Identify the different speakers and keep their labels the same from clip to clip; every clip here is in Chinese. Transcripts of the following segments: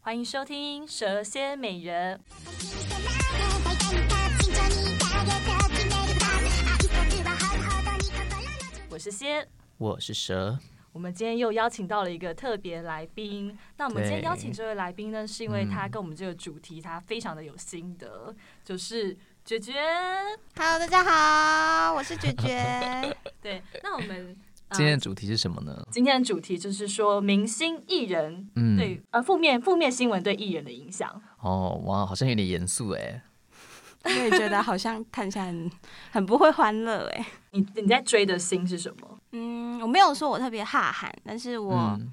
Speaker 1: 欢迎收听《蛇蝎美人》。我是蝎，
Speaker 2: 我是蛇，
Speaker 1: 我们今天又邀请到了一个特别来宾。那我们今天
Speaker 2: 对
Speaker 1: 邀请这位来宾呢，是因为他
Speaker 2: 嗯
Speaker 1: 跟我们这个主题他非常的有心得，就是绝绝。
Speaker 3: Hello，大家好，我是卷卷。
Speaker 1: 对，那我们、呃
Speaker 2: 今天的主题是什么呢？
Speaker 1: 今天的主题就是说明星艺人
Speaker 2: 嗯，
Speaker 1: 对、，呃负面负面新闻对艺人的影响。
Speaker 2: 哦，哇，好像有点严肃哎。
Speaker 3: 我也觉得好像看起来很很不会欢乐哎、
Speaker 1: 你你在追的星是什么？
Speaker 3: 嗯，我没有说我特别哈韩，但是我
Speaker 2: 嗯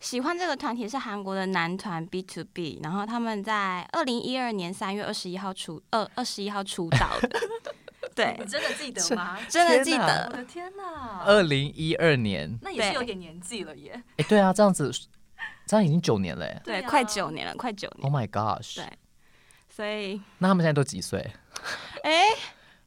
Speaker 3: 喜欢这个团体是韩国的男团 B to B，然后他们在二零一二年三月二十一号出二二十一号出道的， 对
Speaker 1: 你，真的记得吗？
Speaker 3: 真的记
Speaker 2: 天哪
Speaker 1: 我
Speaker 3: 得。
Speaker 1: 的天哪！
Speaker 2: 二零一二年，
Speaker 1: 那也是
Speaker 3: 对
Speaker 1: 有点年纪了耶。
Speaker 2: 哎，对啊，这样子，这样已经九年了哎。
Speaker 1: 对
Speaker 3: 对，
Speaker 1: 啊
Speaker 3: 快九年了，快九
Speaker 2: Oh
Speaker 3: 年，
Speaker 2: my gosh！
Speaker 3: 对所以
Speaker 2: 那他们现在都几岁？
Speaker 3: 哎、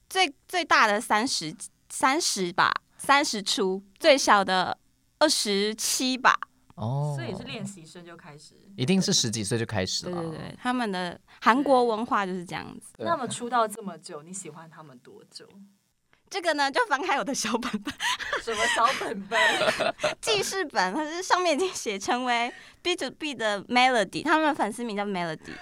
Speaker 3: 最最大的三十三十吧，三十出，最小的二十七吧，
Speaker 2: 哦，
Speaker 1: 所以是练习生就开始。
Speaker 2: 一定是啊十几岁就开始
Speaker 3: 对
Speaker 2: 了。
Speaker 3: 对对，他们的韩国文化就是这样子。
Speaker 2: 对
Speaker 1: 那么出道这么久，你喜欢他们多久？
Speaker 3: 这个呢，就翻开我的小本本
Speaker 1: 什么小本 本？
Speaker 3: 记事本，它是上面已经写成为 B to B 的 Melody，他们的粉丝名叫 Melody。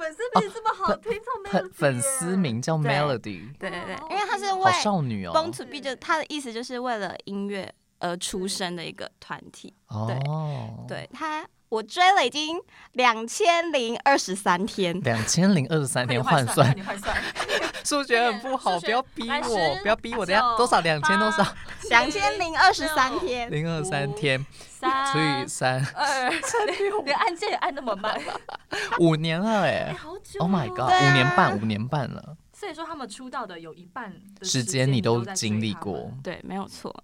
Speaker 1: 粉丝名这么好听，从没有
Speaker 2: 哦粉粉丝名叫
Speaker 3: 对
Speaker 2: Melody，
Speaker 3: 对对对
Speaker 1: 哦，
Speaker 3: 因为他是
Speaker 2: 好
Speaker 3: 为
Speaker 2: 少女哦。
Speaker 3: Born to B 就他的意思就是为了音乐而出生的一个团体。
Speaker 2: 哦，，
Speaker 3: 对他，我追了已经两千零二十三 天。
Speaker 2: 两千零二十三
Speaker 1: 快
Speaker 2: 天
Speaker 1: 点
Speaker 2: 换
Speaker 1: 算，快
Speaker 2: 算，
Speaker 1: 点换算，
Speaker 2: 数学很不好，
Speaker 1: 数学
Speaker 2: 不要逼
Speaker 1: 来
Speaker 2: 我，
Speaker 1: 十
Speaker 2: 不要逼我，
Speaker 1: 九
Speaker 2: 等一下多少两千多少
Speaker 3: 两千零二十三天，
Speaker 2: 零二三天
Speaker 1: 三
Speaker 2: 除以三，
Speaker 1: 二 连按键也按那么慢，
Speaker 2: 五年了
Speaker 1: 哎，
Speaker 2: 哎。
Speaker 1: 好久哦。
Speaker 2: Oh my god！
Speaker 3: 对啊
Speaker 2: 五年半，五年半了，
Speaker 1: 所以说他们出道的有一半的
Speaker 2: 时
Speaker 1: 间
Speaker 2: 间你都
Speaker 1: 在追
Speaker 2: 经历
Speaker 1: 他们
Speaker 2: 过，
Speaker 3: 对，没有错。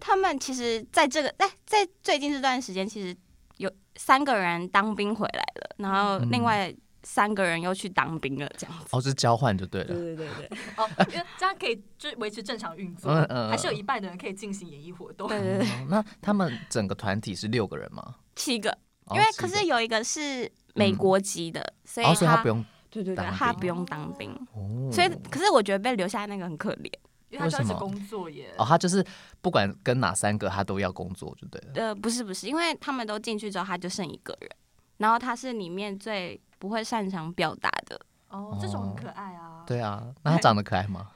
Speaker 3: 他们其实在这个在在最近这段时间，其实有三个人当兵回来了，然后
Speaker 2: 嗯
Speaker 3: 另外三个人又去当兵了，这样子。
Speaker 2: 哦，是交换就对了。
Speaker 3: 对对对对
Speaker 1: 哦，因为这样可以就维持正常运作
Speaker 2: 嗯嗯，嗯
Speaker 1: 还是有一半的人可以进行演艺活动。
Speaker 3: 对对对，
Speaker 2: 哦那他们整个团体是六个人吗？
Speaker 3: 七个，
Speaker 2: 哦
Speaker 3: 因为
Speaker 2: 七
Speaker 3: 可
Speaker 2: 个
Speaker 3: 是有一个是美国籍的，所以
Speaker 2: 哦，所以他
Speaker 3: 他
Speaker 2: 不用
Speaker 3: 对对对，
Speaker 2: 当
Speaker 3: 他
Speaker 2: 兵
Speaker 3: 不用当兵，嗯
Speaker 2: 哦，
Speaker 3: 所以可是我觉得被留下那个很可怜。
Speaker 1: 因为他就要
Speaker 2: 为
Speaker 1: 一
Speaker 2: 什
Speaker 1: 直
Speaker 2: 么
Speaker 1: 工作耶。
Speaker 2: 哦，他就是不管跟哪三个，他都要工作就对了。
Speaker 3: 呃，不是不是，因为他们都进去之后，他就剩一个人，然后他是里面最不会擅长表达的，
Speaker 1: 哦，这种很可爱啊。
Speaker 2: 对啊，那他长得可爱吗？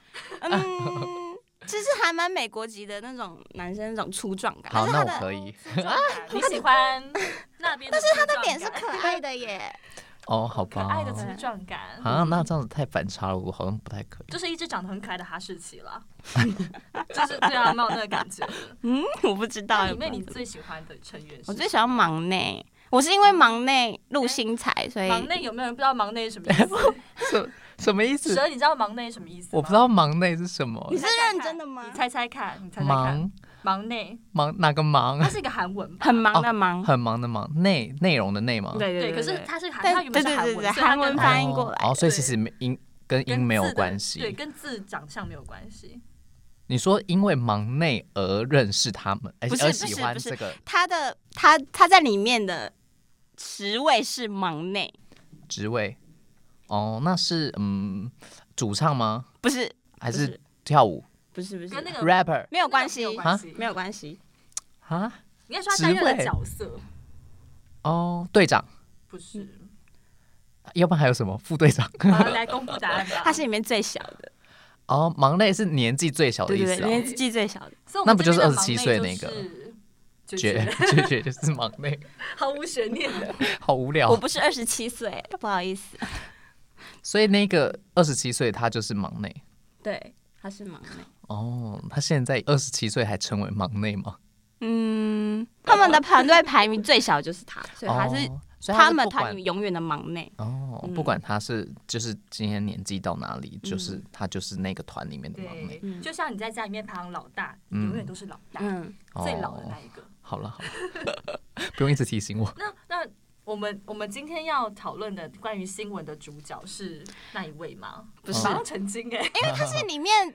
Speaker 3: 嗯，其实还蛮美国籍的那种男生那种粗壮感，但
Speaker 2: 好，
Speaker 3: 是
Speaker 2: 那
Speaker 3: 他
Speaker 2: 我
Speaker 3: 的
Speaker 2: 可以。
Speaker 1: 粗壮感你喜欢那边的粗壮感？但是他
Speaker 3: 他的脸是可爱的耶，
Speaker 2: 哦，好
Speaker 1: 可
Speaker 2: 吧。
Speaker 1: 爱的粗壮感，
Speaker 2: 啊，那这样子太反差了，我好像不太可 以。
Speaker 1: 就是一只长得很可爱的哈士奇啦。 就是对啊，蛮有那个感觉的。
Speaker 3: 嗯， 我不知道
Speaker 1: 那
Speaker 3: 有
Speaker 1: 里
Speaker 3: 没有
Speaker 1: 面你
Speaker 3: 这个。
Speaker 1: 最喜欢的成员是谁？
Speaker 3: 我最喜欢忙内，我是因为忙内入新才，所以
Speaker 1: 忙内有没有人不知道忙内是什么意思？
Speaker 2: 什什么意思？
Speaker 1: 蛇，你知道忙内什么意思吗？
Speaker 2: 我不知道忙内是什么
Speaker 3: 你。是认真的吗
Speaker 1: 你？猜猜看，你猜猜看，
Speaker 2: 忙
Speaker 1: 忙内
Speaker 2: 忙哪个忙
Speaker 1: 它？是一个韩文吧，
Speaker 3: 很忙的忙，
Speaker 2: 很忙的忙，内内容的内吗？
Speaker 3: 对
Speaker 1: 对，可是
Speaker 3: 对
Speaker 1: 它是韩，
Speaker 3: 但
Speaker 1: 它原本是
Speaker 3: 对对
Speaker 1: 韩
Speaker 3: 对
Speaker 1: 文，所
Speaker 3: 对
Speaker 1: 以它
Speaker 3: 韩文
Speaker 1: 跟
Speaker 3: 翻译过来
Speaker 2: 哦，哦所以
Speaker 1: 对
Speaker 2: 其实没音跟
Speaker 1: 跟
Speaker 2: 音没有
Speaker 1: 字的
Speaker 2: 关
Speaker 1: 对，
Speaker 2: 系。
Speaker 1: 跟字长相没有关系。
Speaker 2: 你说因为忙内而认识他们，哎
Speaker 3: 不是
Speaker 2: 而
Speaker 3: 不
Speaker 2: 喜
Speaker 3: 是
Speaker 2: 欢
Speaker 3: 不是
Speaker 2: 这个
Speaker 3: 他的他他在里面的职位是忙内，
Speaker 2: 职位。哦，那是嗯，主唱吗？
Speaker 3: 不是
Speaker 2: 还
Speaker 3: 不
Speaker 2: 是
Speaker 3: 是嗯
Speaker 2: 跳舞
Speaker 3: 不是不
Speaker 1: 跟那
Speaker 3: 是，
Speaker 1: 个
Speaker 2: ？rapper
Speaker 3: 没有关系
Speaker 1: 那，个没有关系
Speaker 3: 没有关系，
Speaker 2: 啊？
Speaker 1: 应该说他担任
Speaker 2: 职
Speaker 1: 的
Speaker 2: 位
Speaker 1: 角色
Speaker 2: 哦，队长，
Speaker 1: 不是。
Speaker 2: 要不然还有什么副队长？
Speaker 1: 好了，来公布答案吧。
Speaker 3: 他是里面最小的，
Speaker 2: 哦，忙内是年纪最小的
Speaker 3: 对
Speaker 2: 意
Speaker 3: 对
Speaker 2: 思啊。
Speaker 3: 对，年纪最小的。
Speaker 1: 所以我们
Speaker 2: 那不就是
Speaker 1: 这边的忙内
Speaker 2: 27岁那个
Speaker 1: 就是？就
Speaker 2: 绝
Speaker 1: 是
Speaker 2: 绝绝就是忙内，
Speaker 1: 毫无悬念的，
Speaker 2: 好无聊哦
Speaker 3: 我。不是二十七岁，不好意思。
Speaker 2: 所以那个二十七岁他就是忙内。
Speaker 3: 对，他是忙内。
Speaker 2: 哦，他现在二十七岁还成为忙内吗？
Speaker 3: 嗯，他们的团队排名最小就是他， 所以他是
Speaker 2: 哦、所以
Speaker 3: 他
Speaker 2: 是
Speaker 3: 们
Speaker 2: 不管
Speaker 3: 团里永远的忙内。
Speaker 2: 哦，不
Speaker 3: 嗯
Speaker 2: 管他是就是今天年纪到哪里，就是他就是那个团里面的忙内。
Speaker 1: 嗯对，
Speaker 3: 嗯
Speaker 1: 就像你在家里面排行老大，你
Speaker 2: 嗯
Speaker 1: 永远都是老大，
Speaker 3: 嗯，
Speaker 1: 最老的
Speaker 2: 哦
Speaker 1: 那一个。
Speaker 2: 好了好了， 不用一直提醒我。
Speaker 1: 那那我们我们今天要讨论的关于新闻的主角是那一位吗？
Speaker 3: 不
Speaker 2: 是
Speaker 1: 马上澄清哎、
Speaker 3: 因为他
Speaker 2: 嗯
Speaker 3: 是里面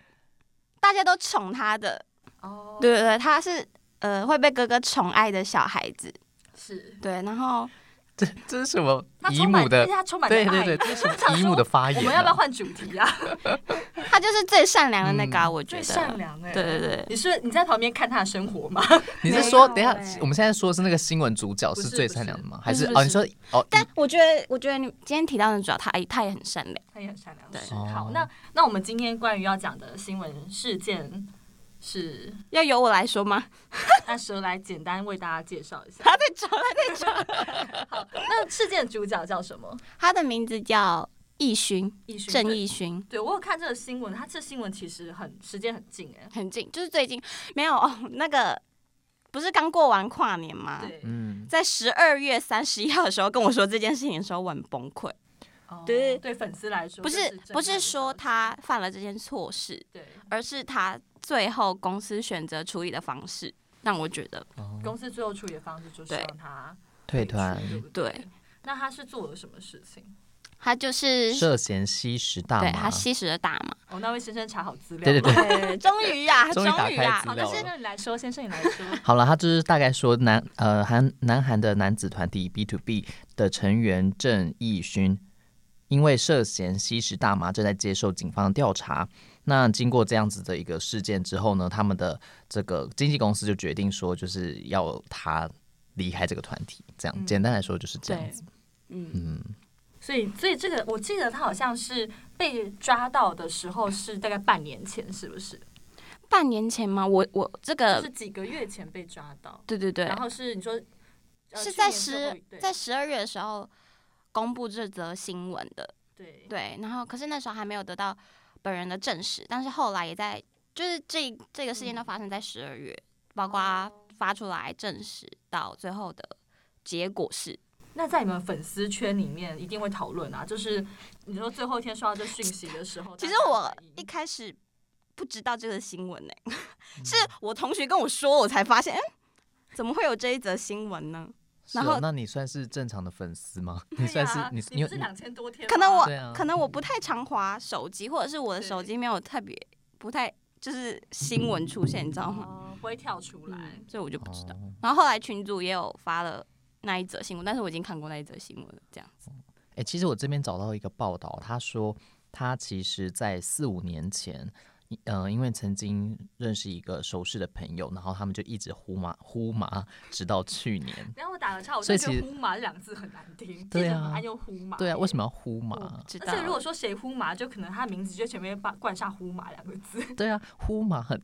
Speaker 3: 大家都宠他的，
Speaker 1: 哦，
Speaker 3: 对对对，他是呃会被哥哥宠爱的小孩子。
Speaker 1: 是
Speaker 3: 对，然后
Speaker 2: 这 这是什么
Speaker 1: 他
Speaker 2: 姨
Speaker 1: 充满，
Speaker 2: 母的
Speaker 1: 而且？他充满着
Speaker 2: 对
Speaker 1: 爱。
Speaker 2: 对对，这是什
Speaker 1: 想
Speaker 2: 么
Speaker 1: 说
Speaker 2: 姨母的发言、啊？
Speaker 1: 我们要不要换主题 啊？
Speaker 3: 他就是最善良的那个啊、我
Speaker 1: 最
Speaker 3: 觉得。
Speaker 1: 善良哎、
Speaker 3: 对对对，
Speaker 1: 你是你在旁边看他的生活 吗？
Speaker 2: 你
Speaker 3: 没
Speaker 2: 是
Speaker 1: 啊
Speaker 2: 说，
Speaker 3: 有
Speaker 2: 等一下
Speaker 3: 欸，
Speaker 2: 我们现在说的是那个新闻主角
Speaker 1: 不
Speaker 2: 是
Speaker 1: 是
Speaker 2: 最
Speaker 1: 不
Speaker 2: 善
Speaker 1: 是
Speaker 2: 良的吗？
Speaker 1: 不
Speaker 2: 还
Speaker 1: 是
Speaker 2: 是
Speaker 1: 不
Speaker 2: 哦？你
Speaker 1: 是
Speaker 2: 说哦，
Speaker 3: 但我觉得，我觉得你今天提到的主要他，哎，他也很善良。
Speaker 1: 他也很善良。
Speaker 3: 对
Speaker 1: 是
Speaker 2: 哦
Speaker 1: 好，那那我们今天关于要讲的新闻事件是，
Speaker 3: 要由我来说吗？
Speaker 1: 那蛇来简单为大家介绍一下。
Speaker 3: 他在找，他在找。
Speaker 1: 好，那事件主角叫什么？
Speaker 3: 他的名字叫义勋，
Speaker 1: 易勋
Speaker 3: 郑义勋，
Speaker 1: 对我有看这个新闻，他这新闻其实很时间很近哎、
Speaker 3: 很近，就是最近没有 哦，那个不是刚过完跨年吗？
Speaker 1: 对，
Speaker 2: 嗯，
Speaker 3: 在十二月三十一号的时候跟我说这件事情的时候，我很崩溃。
Speaker 1: 哦
Speaker 3: 对
Speaker 1: 对，粉丝来说
Speaker 3: 不
Speaker 1: 这
Speaker 3: 是
Speaker 1: 震撼
Speaker 3: 不是
Speaker 1: 的
Speaker 3: 说
Speaker 1: 消息
Speaker 3: 他犯了这件错事，
Speaker 1: 对
Speaker 3: 而是他最后公司选择处理的方式让我觉得
Speaker 1: 公司最后处理的方式就是
Speaker 3: 对
Speaker 1: 让他
Speaker 2: 退
Speaker 1: 出
Speaker 2: 团
Speaker 1: 对不
Speaker 3: 对
Speaker 1: 对？那他是做了什么事情？
Speaker 3: 他就是
Speaker 2: 涉嫌吸食大
Speaker 3: 对
Speaker 2: 麻，
Speaker 3: 他吸食了大麻。
Speaker 1: 哦，那位先生查好资料。
Speaker 2: 对对对，
Speaker 3: 对， 终于 呀，
Speaker 2: 终于打
Speaker 3: 终于啊
Speaker 2: 开
Speaker 3: 呀
Speaker 2: 资
Speaker 1: 好，，
Speaker 2: 料
Speaker 1: 那
Speaker 2: 了
Speaker 1: 先生你来说，先生你来说。
Speaker 2: 好了，他就是大概说南呃韩南韩的男子团体 B to B 的成员郑义勋，因为涉嫌吸食大麻，正在接受警方调查。那经过这样子的一个事件之后呢，他们的这个经纪公司就决定说，就是要他离开这个团体。这样、
Speaker 1: 嗯
Speaker 2: 简单来说就是这样
Speaker 3: 对
Speaker 2: 子。，
Speaker 3: 嗯，
Speaker 2: 嗯，
Speaker 1: 所以，所以这个我记得他好像是被抓到的时候是大概半年前，是不是？
Speaker 3: 半年前吗？我我这
Speaker 1: 就
Speaker 3: 个
Speaker 1: 是几个月前被抓到，
Speaker 3: 对呃对对
Speaker 1: 然，后是你说、呃
Speaker 3: 是
Speaker 1: 去
Speaker 3: 在
Speaker 1: 年最后
Speaker 3: 十
Speaker 1: 一对
Speaker 3: 在十二月的时候公布这则新闻的，
Speaker 1: 对
Speaker 3: 对，然后可是那时候还没有得到本人的证实，但是后来也在就是这这个事件都发生在十二月，包括
Speaker 1: 哦
Speaker 3: 发出来证实到最后的结果是，
Speaker 1: 那在你们粉丝圈里面一定会讨论啊，就是你说最后一天收到这讯息的时候，
Speaker 3: 其实
Speaker 1: 大家的
Speaker 3: 我
Speaker 1: 反应
Speaker 3: 一开始不知道这个新闻呢、
Speaker 2: 嗯
Speaker 3: 是我同学跟我说，我才发现，嗯，怎么会有这一则新闻呢？
Speaker 2: 是
Speaker 3: 然
Speaker 2: 哦
Speaker 3: 后
Speaker 2: 那你算是正常的粉丝吗？
Speaker 1: 对
Speaker 2: 你算是
Speaker 1: 啊
Speaker 2: 你
Speaker 1: 你不
Speaker 2: 你
Speaker 1: 是两千多天吗，
Speaker 3: 可能我、
Speaker 2: 对啊
Speaker 3: 可能我不太常滑手机，或者是我的
Speaker 1: 嗯对
Speaker 3: 手机没有特别不太就是新闻出现，你知道吗？
Speaker 1: 哦不会跳出来。
Speaker 3: 嗯，所以我就不知道。
Speaker 2: 哦
Speaker 3: 然后后来群主也有发了那一则新闻，但是我已经看过那一则新闻了，这样子。
Speaker 2: 哎、其实我这边找到一个报道，他说他其实在四五年前，一呃，因为曾经认识一个熟识的朋友，然后他们就一直呼麻呼麻，直到去年。
Speaker 1: 然后我打个岔，我
Speaker 2: 所
Speaker 1: 就觉
Speaker 2: 以其
Speaker 1: 得“
Speaker 2: 实
Speaker 1: 呼麻”这两个字很难听，
Speaker 2: 对啊
Speaker 1: 记者很爱用“呼麻”。
Speaker 2: 对啊，为什
Speaker 1: 么？
Speaker 2: 么要呼麻
Speaker 3: 我？知道
Speaker 1: 哦而且如果说谁呼麻，就可能他名字就前面把冠上“呼麻”两个字。
Speaker 2: 对啊，呼麻很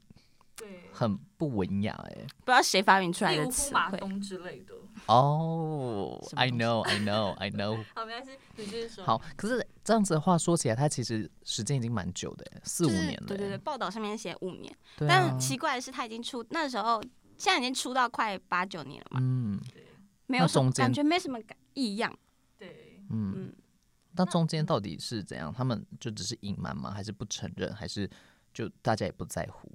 Speaker 1: 对，
Speaker 2: 很不文雅哎、
Speaker 3: 不知道谁发明出来
Speaker 1: 例
Speaker 3: 的
Speaker 1: 如呼
Speaker 3: 词
Speaker 1: 麻
Speaker 3: 汇，
Speaker 1: 东之类的。
Speaker 2: 哦、
Speaker 3: 什么
Speaker 2: i
Speaker 3: 东西
Speaker 2: know, I know, I know。
Speaker 1: 好，没关系，你继续说。
Speaker 2: 好，可是这样子的话说起来，他其实时间已经蛮久的欸、四
Speaker 3: 就
Speaker 2: 五
Speaker 3: 是
Speaker 2: 年了欸、
Speaker 3: 对对对，报道上面写五年，
Speaker 2: 对啊
Speaker 3: 但奇怪的是他已经出那时候，现在已经出到快八九年了嘛，
Speaker 2: 嗯
Speaker 1: 对
Speaker 3: 没有
Speaker 2: 那
Speaker 3: 什么
Speaker 2: 中间
Speaker 3: 感觉没什么感异样。
Speaker 1: 对，
Speaker 2: 嗯。
Speaker 3: 嗯，
Speaker 2: 那中间到底是怎样？他们就只是隐瞒吗？还是不承认？还是就大家也不在乎？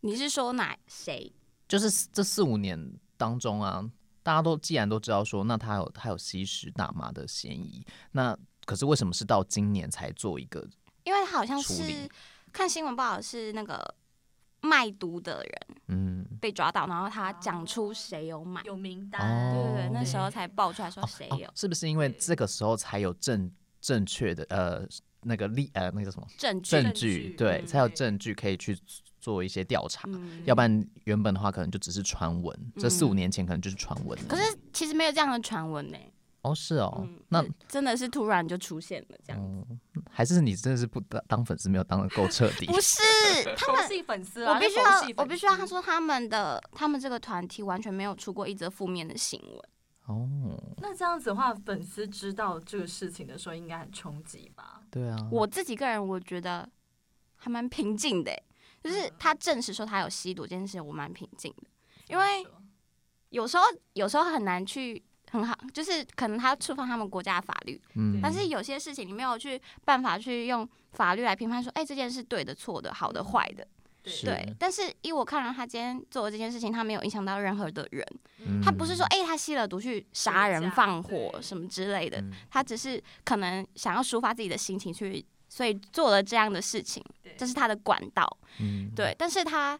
Speaker 3: 你是说哪谁？
Speaker 2: 就是这四五年当中啊，大家都既然都知道说，那他有他有吸食大麻的嫌疑，那可是为什么是到今年才做一个？
Speaker 3: 因为他好像
Speaker 2: 处
Speaker 3: 是
Speaker 2: 理
Speaker 3: 看新闻报道是那个卖毒的人
Speaker 2: 嗯，
Speaker 3: 被抓到，然后他讲出谁有买，
Speaker 1: 有名单。
Speaker 3: 对
Speaker 2: 哦
Speaker 3: 对对，那时候才爆出来说
Speaker 2: 哦
Speaker 3: 谁有
Speaker 2: 哦，是不是因为
Speaker 1: 对
Speaker 2: 这个时候才有正正确的呃那个例呃那个叫什么
Speaker 3: 证据。
Speaker 2: 证
Speaker 1: 证
Speaker 2: 据？
Speaker 1: 据
Speaker 2: 对，
Speaker 1: 嗯
Speaker 2: 才有
Speaker 1: 对
Speaker 2: 证据可以去做一些调查。
Speaker 3: 嗯
Speaker 2: 要不然原本的话可能就只是传闻，这四五年前可能就是传闻了。
Speaker 3: 可是其实没有这样的传闻呢，
Speaker 2: 哦，是哦，
Speaker 3: 嗯
Speaker 2: 那
Speaker 3: 真的是突然就出现了这样。
Speaker 2: 哦，还是你真的是不当当粉丝没有当的够彻底。
Speaker 3: 不是， 他
Speaker 1: 佛
Speaker 3: 们
Speaker 1: 系粉丝啊，
Speaker 3: 我必须
Speaker 1: 就佛系
Speaker 3: 要，
Speaker 1: 粉
Speaker 3: 我
Speaker 1: 丝
Speaker 3: 必须要，他说他们的他们这个团体完全没有出过一则负面的新闻。
Speaker 2: 哦，
Speaker 1: 那这样子的话，粉丝知道这个事情的时候，应该很冲击吧？
Speaker 2: 对啊，
Speaker 3: 我自己个人我觉得还蛮平静的欸，就是他证实说他有吸毒这件事，我蛮平静的。因为
Speaker 1: 怎么说
Speaker 3: 有时候有时候很难去很好，就是可能他触犯他们国家的法律，
Speaker 2: 嗯，
Speaker 3: 但是有些事情你没有去办法去用法律来评判说，哎、这件事对的、错的、好的、坏的，
Speaker 2: 是
Speaker 3: 对。但是依我看来，他今天做的这件事情，他没有影响到任何的人，
Speaker 1: 嗯
Speaker 3: 他不是说，哎、他吸了毒去杀
Speaker 1: 绑
Speaker 3: 人、
Speaker 1: 架
Speaker 3: 放火
Speaker 1: 对
Speaker 3: 什么之类的，
Speaker 2: 嗯
Speaker 3: 他只是可能想要抒发自己的心情去，所以做了这样的事情，
Speaker 1: 对
Speaker 3: 这是他的管道，
Speaker 2: 嗯，
Speaker 3: 对。但是他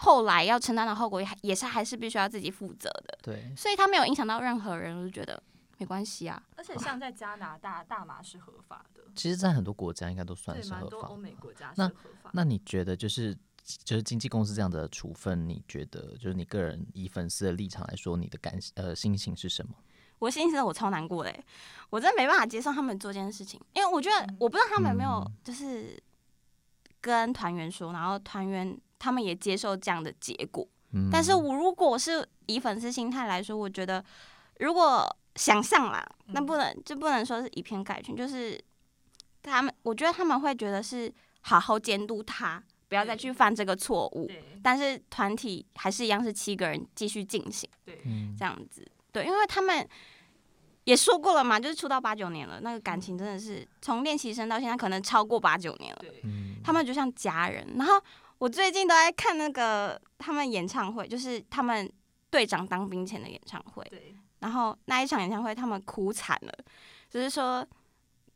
Speaker 3: 后来要承担的后果也还也是还是必须要自己负责的。
Speaker 2: 对，
Speaker 3: 所以他没有影响到任何人，我就觉得没关系啊。
Speaker 1: 而且像在加拿大，大麻是合法的，
Speaker 2: 其实，在很多国家应该都算
Speaker 1: 对，
Speaker 2: 是
Speaker 1: 蛮
Speaker 2: 合
Speaker 1: 多
Speaker 2: 法
Speaker 1: 欧。美国家是
Speaker 2: 那
Speaker 1: 合法的。
Speaker 2: 那你觉得就是就是经纪公司这样的处分，你觉得就是你个人以粉丝的立场来说，你的感呃心情是什么？
Speaker 3: 我心里是我超难过的欸，我真的没办法接受他们做这件事情，因为我觉得我不知道他们有没有
Speaker 2: 嗯
Speaker 3: 就是跟团员说，然后团员他们也接受这样的结果。
Speaker 2: 嗯，
Speaker 3: 但是我如果是以粉丝心态来说，我觉得如果想象啦，那
Speaker 1: 嗯
Speaker 3: 不能就不能说是以偏概全，就是他们，我觉得他们会觉得是好好监督他，不要再
Speaker 1: 对
Speaker 3: 去犯这个错误。
Speaker 1: 对
Speaker 3: 但是团体还是一样是七个人继续进行
Speaker 1: 对，
Speaker 2: 嗯
Speaker 3: 这样子，对，因为他们也说过了嘛，就是出道八九年了，那个感情真的是从练习生到现在可能超过八九年了。
Speaker 1: 对，
Speaker 2: 嗯
Speaker 3: 他们就像家人。然后我最近都在看那个他们演唱会，就是他们队长当兵前的演唱会。
Speaker 1: 对，
Speaker 2: 嗯
Speaker 3: 然后那一场演唱会，他们哭惨了，就是说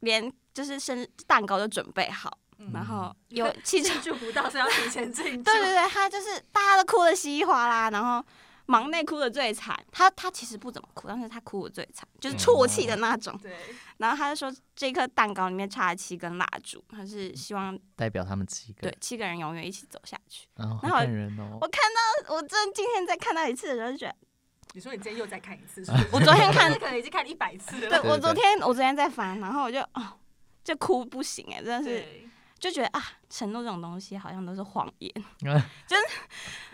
Speaker 3: 连就是生日蛋糕都准备好，
Speaker 1: 嗯
Speaker 3: 然后 有其中
Speaker 1: 庆祝不到，所以要提前庆祝。
Speaker 3: 对对对，他就是大家都哭的稀里哗啦，然后。忙内哭的最惨，他他其实不怎么哭，但是他哭的最惨，就是啜泣的那种。
Speaker 1: 对
Speaker 3: 然后他就说，这颗蛋糕里面插了七根蜡烛，他是希望
Speaker 2: 代表他们七个，
Speaker 3: 对七个人永远一起走下去。
Speaker 2: 然后好
Speaker 3: 然后
Speaker 2: 感人哦
Speaker 3: 我。看到，我真的今天再看到一次的时候，就觉得，
Speaker 1: 你说你今天又再看一次，是不是
Speaker 3: 我 昨天看
Speaker 1: 这可能已经看了一百次
Speaker 3: 对
Speaker 1: 了。
Speaker 3: 我昨天我昨天在翻，然后我就哦，就哭不行哎、真的是
Speaker 1: 对，
Speaker 3: 就觉得啊，承诺这种东西好像都是谎言。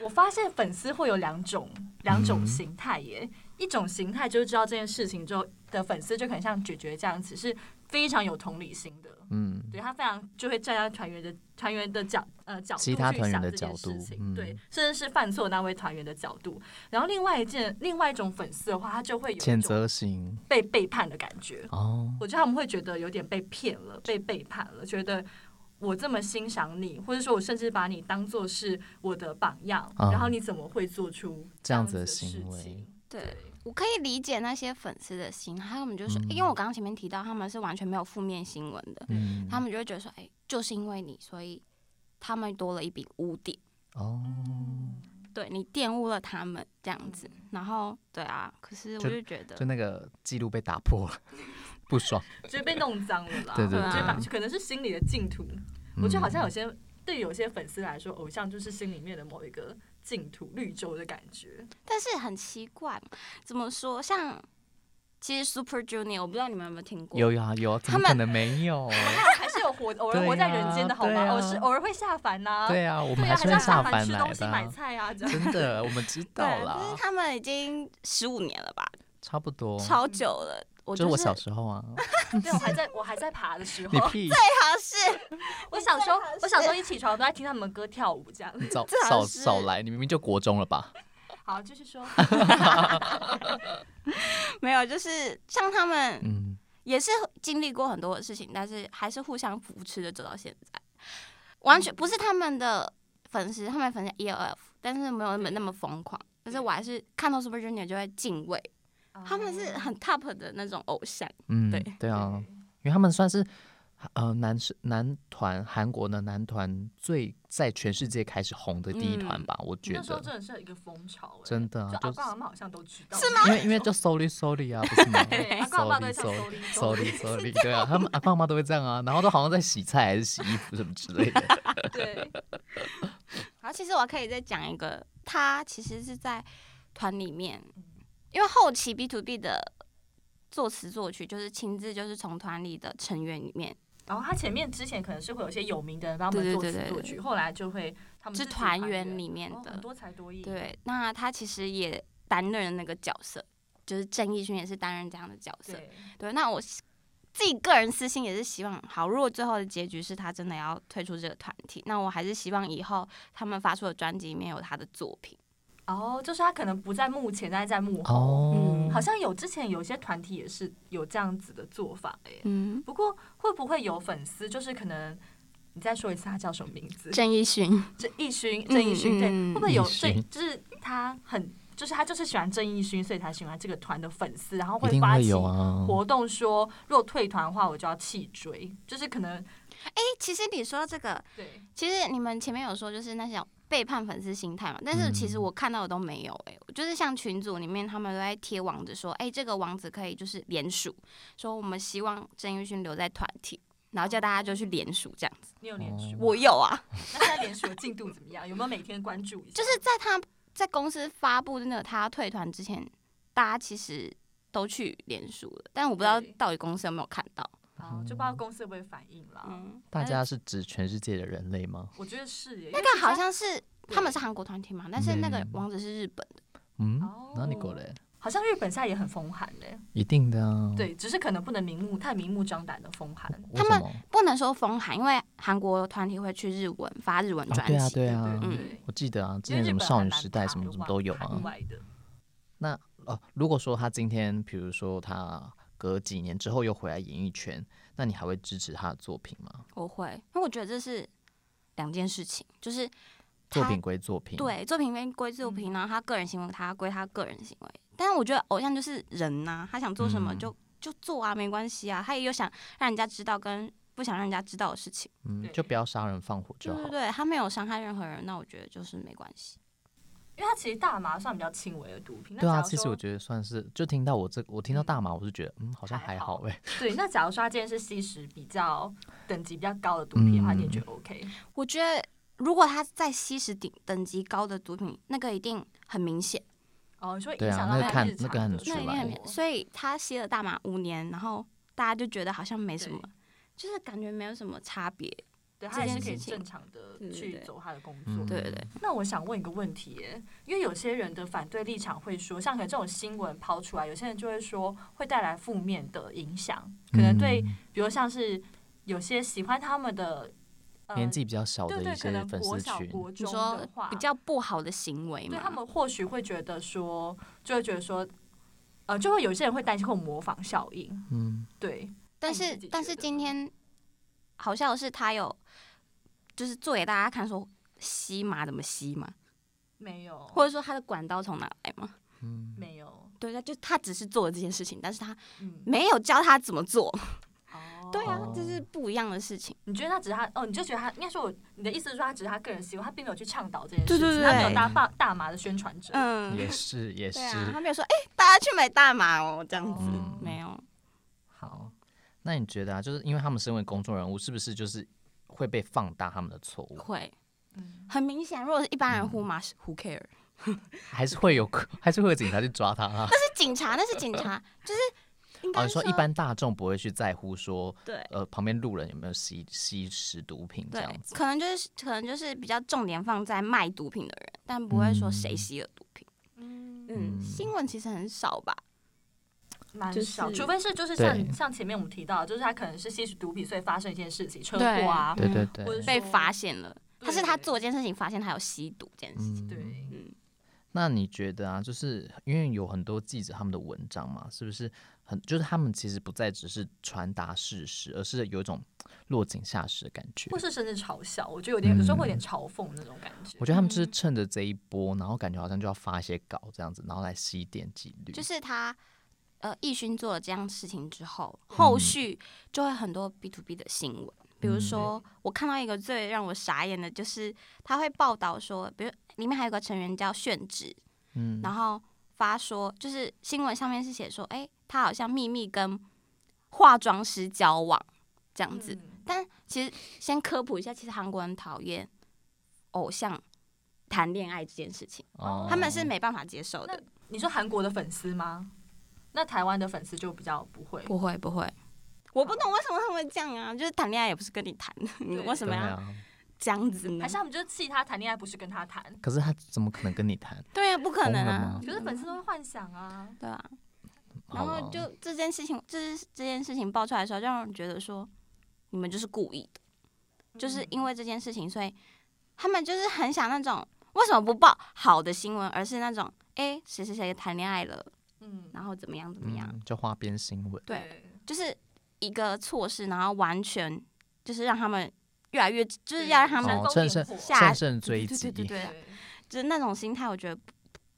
Speaker 1: 我发现粉丝会有两种两种
Speaker 2: 嗯
Speaker 1: 形态耶，一种形态就是知道这件事情之后的粉丝就可能像姐姐这样子，是非常有同理心的，
Speaker 2: 嗯，
Speaker 1: 对他非常就会站在团员的团员的角呃角度
Speaker 2: 其他
Speaker 1: 去
Speaker 2: 团员
Speaker 1: 想
Speaker 2: 的
Speaker 1: 这件
Speaker 2: 角
Speaker 1: 事
Speaker 2: 度
Speaker 1: 情，
Speaker 2: 嗯
Speaker 1: 对，甚至是犯错的那位团员的角度。然后另外一件另外一种粉丝的话，他就会有一
Speaker 2: 谴
Speaker 1: 种
Speaker 2: 责型
Speaker 1: 被背叛的感觉。
Speaker 2: 哦，
Speaker 1: 我觉得他们会觉得有点被骗了，被背叛了，觉得我这么欣赏你，或者说我甚至把你当做是我的榜样，
Speaker 2: 啊
Speaker 1: 然后你怎么会做出
Speaker 2: 这样
Speaker 1: 样
Speaker 2: 子的
Speaker 1: 的
Speaker 2: 行为
Speaker 1: 事情？
Speaker 3: 对，我可以理解那些粉丝的心，还有我们就是、
Speaker 2: 嗯
Speaker 3: 因为我刚刚前面提到，他们是完全没有负面新闻的，
Speaker 2: 嗯，
Speaker 3: 他们就会觉得说，哎、就是因为你，所以他们多了一笔污点，
Speaker 2: 哦，
Speaker 3: 对你玷污了他们这样子。
Speaker 2: 嗯
Speaker 3: 然后对啊，可是我
Speaker 2: 就
Speaker 3: 就觉得
Speaker 2: 就那个记录被打破了， 不爽。
Speaker 1: 就是被弄脏了啦。
Speaker 2: 对对
Speaker 3: 对
Speaker 1: 就是把
Speaker 2: 对
Speaker 1: 可能是心里的净土。我觉得好像
Speaker 2: 嗯
Speaker 1: 有些对有些粉丝来说，偶像就是心里面的某一个净土、绿洲的感觉。
Speaker 3: 但是很奇怪，怎么说？像其实 Super Junior，我不知道你们有没有听过，
Speaker 2: 有呀有，啊怎么
Speaker 3: 他们
Speaker 2: 可能没有？
Speaker 1: 还是有活，偶尔活在人间的好
Speaker 2: 对
Speaker 1: 吗？
Speaker 2: 啊
Speaker 1: 偶是偶尔会下凡呐。
Speaker 2: 对啊，我们
Speaker 1: 对啊，
Speaker 2: 是
Speaker 1: 还
Speaker 2: 会
Speaker 1: 要下
Speaker 2: 下凡
Speaker 1: 吃
Speaker 2: 来
Speaker 1: 东西、
Speaker 2: 的
Speaker 1: 买
Speaker 2: 啊，
Speaker 1: 菜 啊，这样。
Speaker 2: 真的，我们知道
Speaker 3: 对，就是
Speaker 2: 啦，
Speaker 3: 他们已经十五年了吧，
Speaker 2: 差不多。
Speaker 3: 超久了。我
Speaker 2: 就是
Speaker 3: 就
Speaker 2: 我
Speaker 3: 是哎
Speaker 2: 小时候啊，
Speaker 1: 对，我还在我还在爬的时
Speaker 2: 你
Speaker 1: 候，
Speaker 2: 屁，
Speaker 3: 好是
Speaker 1: 我小时候
Speaker 3: 最好是
Speaker 1: 我小时候一起床都在听他们歌跳舞这样。
Speaker 2: 你早
Speaker 3: 最好
Speaker 2: 少
Speaker 3: 是
Speaker 2: 少来，你明明就国中了吧？
Speaker 1: 好，继续 说。嗯
Speaker 3: 没有，就是像他们
Speaker 2: 嗯，
Speaker 3: 也是经历过很多的事情，但是还是互相扶持的走到现在，完全不是他们的粉丝，他们粉丝 E L F，但是没有那么那么疯狂。但是我还是看到 Super Junior 就会敬畏，他们是很 top 的那种偶像。
Speaker 2: 嗯，
Speaker 3: 对
Speaker 2: 对啊，因为他们算是呃男生男团韩国的男团最在全世界开始红的第一团
Speaker 3: 嗯
Speaker 2: 吧，我觉
Speaker 1: 那时候
Speaker 2: 得
Speaker 1: 真的是一个风潮，哎
Speaker 2: 真的啊
Speaker 1: 就
Speaker 2: 就
Speaker 1: 阿
Speaker 2: 是
Speaker 1: 公阿妈好像都知道，
Speaker 3: 是
Speaker 1: 吗？
Speaker 2: 因为因为就 sorry sorry 啊，不是吗
Speaker 1: 对， 阿公阿妈都会
Speaker 2: ？sorry
Speaker 1: 唱
Speaker 2: sorry。
Speaker 1: sorry
Speaker 2: sorry sorry，对啊，他们阿爸妈都会这样啊，然后都好像在洗菜还是洗衣服什么之类 的。
Speaker 1: 对，
Speaker 3: 然后其实我可以再讲一个，他其实是在团里面，因为后期 B to B 的作词作曲就是亲自就是从团里的成员里面，
Speaker 1: 然后他前面之前可能是会有一些有名的人帮他们
Speaker 3: 对对
Speaker 1: 作
Speaker 3: 对
Speaker 1: 词
Speaker 3: 对
Speaker 1: 作
Speaker 3: 对
Speaker 1: 曲，后来就会他们
Speaker 3: 哦是
Speaker 1: 自己
Speaker 3: 团
Speaker 1: 员
Speaker 3: 员里面
Speaker 1: 哦很
Speaker 3: 的。
Speaker 1: 多才多艺，，
Speaker 3: 对，那他其实也担任了那个角色，就是郑义勋也是担任这样的角色。
Speaker 1: 对，
Speaker 3: 对，那我是自己个人私心也是希望，好，如果最后的结局是他真的要退出这个团体，那我还是希望以后他们发出的专辑里面有他的作品。
Speaker 1: 哦，就是他可能不在幕前，但是在幕后，
Speaker 2: 哦，
Speaker 1: 嗯好像有之前有些团体也是有这样子的做法，哎，
Speaker 3: 嗯，
Speaker 1: 不过会不会有粉丝就是可能？你再说一次他叫什么名字？
Speaker 3: 郑义勋，
Speaker 1: 郑义勋，郑义勋对，
Speaker 3: 嗯
Speaker 1: 会不会有
Speaker 2: 义
Speaker 1: 郑？
Speaker 2: 勋
Speaker 1: 就是他很，就是他就是喜欢郑义勋，所以才喜欢这个团的粉丝，然后
Speaker 2: 一定
Speaker 1: 发
Speaker 2: 会
Speaker 1: 起
Speaker 2: 有啊。
Speaker 1: 活动说，如果退团的话，我就要弃追，就是可能
Speaker 3: 哎、其实你说到这个，
Speaker 1: 对
Speaker 3: 其实你们前面有说，就是那些背叛粉丝心态嘛。但是其实
Speaker 2: 嗯
Speaker 3: 我看到的都没有、欸，就是像群组里面他们都在贴网址说，哎、这个网址可以就是联署，说我们希望郑玉勋留在团体，然后叫大家就去联署这样子。
Speaker 1: 你有连
Speaker 2: 哦
Speaker 1: 续？
Speaker 3: 我有啊，
Speaker 1: 那现在连续的进度怎么样？有没有每天关注一下？
Speaker 3: 就是在他在公司发布那个他退团之前，大家其实都去联署了，但我不知道
Speaker 1: 对
Speaker 3: 到底公司有没有看到。
Speaker 1: 啊，就不知道公司会不会反应啦。
Speaker 3: 嗯，
Speaker 2: 大
Speaker 1: 但
Speaker 2: 家是指全世界的人类吗？
Speaker 1: 我觉得是耶，
Speaker 3: 那个好像是
Speaker 1: 对
Speaker 3: 他们是韩国团体嘛，但是那个
Speaker 2: 嗯
Speaker 3: 网址是日本的，
Speaker 2: 嗯
Speaker 1: 哦，
Speaker 2: 那你过来，
Speaker 1: 好像日本现在也很风寒嘞。
Speaker 2: 一定的啊。，
Speaker 1: 对，只是可能不能明目太明目张胆的风寒。
Speaker 2: 为
Speaker 3: 他
Speaker 2: 什
Speaker 3: 们
Speaker 2: 么？
Speaker 3: 不能说封韩，因为韩国团体会去日文发日文
Speaker 2: 哦
Speaker 3: 专
Speaker 2: 对啊，
Speaker 3: 辑。
Speaker 2: 对啊，
Speaker 1: 对
Speaker 3: 嗯
Speaker 1: 对对
Speaker 2: 我记得啊，之
Speaker 1: 因为
Speaker 2: 前什
Speaker 1: 日
Speaker 2: 么
Speaker 1: 本
Speaker 2: 少
Speaker 1: 很
Speaker 2: 女
Speaker 1: 难
Speaker 2: 时代什
Speaker 1: 排
Speaker 2: 么什么
Speaker 1: 外
Speaker 2: 都有
Speaker 1: 排
Speaker 2: 啊。
Speaker 1: 外的
Speaker 2: 那哦，如果说他今天，比如说他隔几年之后又回来演艺圈，那你还会支持他的作品吗？
Speaker 3: 我会，因为我觉得这是两件事情，就是
Speaker 2: 作
Speaker 3: 他
Speaker 2: 品归作品，，
Speaker 3: 对作品归归作品，然后他个人行为他归他个人行为。但是我觉得偶像就是人呐、他想做什么
Speaker 2: 嗯
Speaker 3: 就、就做啊，没关系啊。他也有想让人家知道跟不想让人家知道的事情，
Speaker 2: 嗯
Speaker 1: 对，
Speaker 2: 就不要杀人放火就
Speaker 3: 对
Speaker 2: 好
Speaker 3: 对。对，他没有伤害任何人，那我觉得就是没关系。
Speaker 1: 因为它其实大麻算比较轻微的毒品。那
Speaker 2: 对
Speaker 1: 假
Speaker 2: 啊，
Speaker 1: 如
Speaker 2: 其实
Speaker 1: 说
Speaker 2: 我觉得算是，就听到我这，我听到
Speaker 1: 嗯
Speaker 2: 大麻，我是觉得，嗯，好像
Speaker 1: 还
Speaker 2: 还好
Speaker 1: 好
Speaker 2: 哎、
Speaker 1: 对，那假如说它今天是吸食比较等级比较高的毒品的话，
Speaker 2: 嗯
Speaker 1: 你也觉得 OK？
Speaker 3: 我觉得如果他在吸食顶等级高的毒品，那个一定很明显。
Speaker 1: 哦，你说影
Speaker 2: 对啊
Speaker 1: 响到
Speaker 2: 那个
Speaker 1: 他
Speaker 2: 看
Speaker 1: 日常
Speaker 2: 那个看
Speaker 1: 的
Speaker 2: 得出
Speaker 3: 那
Speaker 1: 生
Speaker 3: 一定
Speaker 2: 来
Speaker 1: 活
Speaker 3: 很明，所以他吸了大麻五年，然后大家就觉得好像没什么，就是感觉没有什么差别。
Speaker 1: 对，他也是可以
Speaker 3: 这件事情
Speaker 1: 正常的
Speaker 3: 对对
Speaker 1: 去
Speaker 3: 对
Speaker 1: 走他的工作
Speaker 2: 嗯，。
Speaker 3: 对对对，
Speaker 1: 那我想问一个问题耶，因为有些人的反对立场会说，像可能这种新闻抛出来，有些人就会说会带来负面的影响，可能对，
Speaker 2: 嗯
Speaker 1: 比如像是有些喜欢他们的、呃、
Speaker 2: 年纪比较小的
Speaker 1: 对
Speaker 2: 一
Speaker 1: 对，可
Speaker 2: 些
Speaker 1: 能
Speaker 2: 粉
Speaker 1: 国
Speaker 2: 丝
Speaker 1: 小、
Speaker 2: 群，
Speaker 1: 国
Speaker 3: 你
Speaker 1: 中
Speaker 3: 说
Speaker 1: 的话，
Speaker 3: 比较不好的行为
Speaker 1: 对他
Speaker 3: 嘛，
Speaker 1: 们或许会觉得说，就会觉得说，呃，就会有些人会担心会有模仿效应，
Speaker 2: 嗯，
Speaker 1: 对，那
Speaker 3: 但
Speaker 1: 你
Speaker 3: 是
Speaker 1: 自己
Speaker 3: 但
Speaker 1: 觉
Speaker 3: 是
Speaker 1: 得
Speaker 3: 今
Speaker 1: 呢
Speaker 3: 天好笑的是，他有就是做给大家看说吸麻怎么吸嘛，
Speaker 1: 没有，
Speaker 3: 或者说他的管道从哪来嘛。
Speaker 2: 嗯
Speaker 1: 没有，
Speaker 3: 对，他就他只是做了这件事情，但是他
Speaker 1: 嗯，
Speaker 3: 没有教他怎么做。
Speaker 1: 哦
Speaker 3: 对啊
Speaker 2: 哦，
Speaker 3: 这是不一样的事情。
Speaker 1: 你觉得他只是他哦，你就觉得他应该说我，你的意思是说他只是他个人习惯，他并没有去倡导这件事
Speaker 3: 对
Speaker 1: 情，
Speaker 3: 对对
Speaker 1: 他没有当大大麻的宣传者。
Speaker 3: 嗯，
Speaker 2: 也是也是
Speaker 3: 对。啊，他没有说哎、大家去买大麻哦，这样子、
Speaker 2: 嗯
Speaker 3: 没有。
Speaker 2: 好，那你觉得啊，就是因为他们身为公众人物，是不是就是会被放大他们的错误，
Speaker 3: 会
Speaker 1: 嗯，
Speaker 3: 很明显。如果是一般人呼麻是 who care，
Speaker 2: 还是会有还是会有警察去抓他啊？
Speaker 3: 那是警察，那是警 察，就是应
Speaker 2: 哦，
Speaker 3: 该
Speaker 2: 你说一般大众不会去在乎说，
Speaker 3: 对
Speaker 2: 呃，旁边路人有没有吸吸食毒品这
Speaker 3: 对
Speaker 2: 样，子？
Speaker 3: 可能就是可能就是比较重点放在卖毒品的人，但不会说谁吸了毒品。
Speaker 1: 嗯，
Speaker 3: 嗯，
Speaker 2: 嗯
Speaker 3: 新闻其实很少吧。
Speaker 1: 蛮
Speaker 3: 就是
Speaker 1: 少，除非是就是像
Speaker 2: 对
Speaker 1: 像前面我们提到的，就是他可能是吸食毒品，所以发生一件事情，车祸啊，
Speaker 2: 对对
Speaker 3: 嗯
Speaker 1: 或者
Speaker 2: 对
Speaker 1: 是，
Speaker 3: 被发现了，
Speaker 1: 对
Speaker 3: 他是他做一件事情，发现他有吸毒这件事情。
Speaker 2: 嗯
Speaker 1: 对，
Speaker 3: 嗯，
Speaker 2: 那你觉得啊，就是因为有很多记者他们的文章嘛，是不是很就是他们其实不再只是传达事实，而是有一种落井下石的感觉
Speaker 1: 或。是甚至嘲笑，我觉得有点有时候会有点嘲讽那种感觉
Speaker 2: 我。觉得他们就是
Speaker 3: 嗯
Speaker 2: 趁着这一波，然后感觉好像就要发一些稿这样子，然后来吸点几率。
Speaker 3: 就是他。呃，易勋做了这样事情之后，后续
Speaker 2: 嗯
Speaker 3: 就会很多 B to B 的新闻，比如说我看到一个最让我傻眼的，就是他会报道说，比如里面还有个成员叫炫植，
Speaker 2: 嗯，
Speaker 3: 然后发说，就是新闻上面是写说，哎、他好像秘密跟化妆师交往这样子。
Speaker 1: 嗯
Speaker 3: 但其实先科普一下，其实韩国人讨厌偶像谈恋爱这件事情，
Speaker 2: 哦
Speaker 3: 他们是没办法接受
Speaker 1: 那
Speaker 3: 的。
Speaker 1: 你说韩国的粉丝吗？那台湾的粉丝就比较不会，
Speaker 3: 不会不会，我不懂为什么他们会这样啊！就是谈恋爱也不是跟你谈，你为什
Speaker 2: 对
Speaker 3: 么要
Speaker 2: 啊？
Speaker 3: 这样子呢
Speaker 1: 还？是他们就气他谈恋爱不是跟他谈，
Speaker 2: 可是他怎么可能跟你谈？
Speaker 3: 对呀、不可能啊
Speaker 2: 疯了吗！
Speaker 1: 可是粉丝都会幻想啊。
Speaker 3: 对啊，
Speaker 2: 好啊
Speaker 3: 然后
Speaker 2: 了
Speaker 3: 就这件事情，这这件事情爆出来的时候，让人觉得说你们就是故意的。
Speaker 2: 嗯
Speaker 3: 就是
Speaker 1: 嗯
Speaker 3: 因为这件事情，所以他们就是很想那种为什么不报好的新闻，而是那种诶谁谁谁谈恋爱了，
Speaker 1: 嗯，
Speaker 3: 然后怎么样怎么样，
Speaker 2: 嗯，就花边新闻。
Speaker 3: 对，就是一个措施，然后完全就是让他们越来越，就是要让他们
Speaker 1: 煽
Speaker 2: 哦
Speaker 1: 风
Speaker 2: 趁
Speaker 1: 点
Speaker 2: 胜
Speaker 1: 火
Speaker 3: 下
Speaker 2: 乘胜追
Speaker 3: 对
Speaker 2: 击。
Speaker 3: 对对对对，
Speaker 1: 对
Speaker 3: 就是那种心态，我觉得不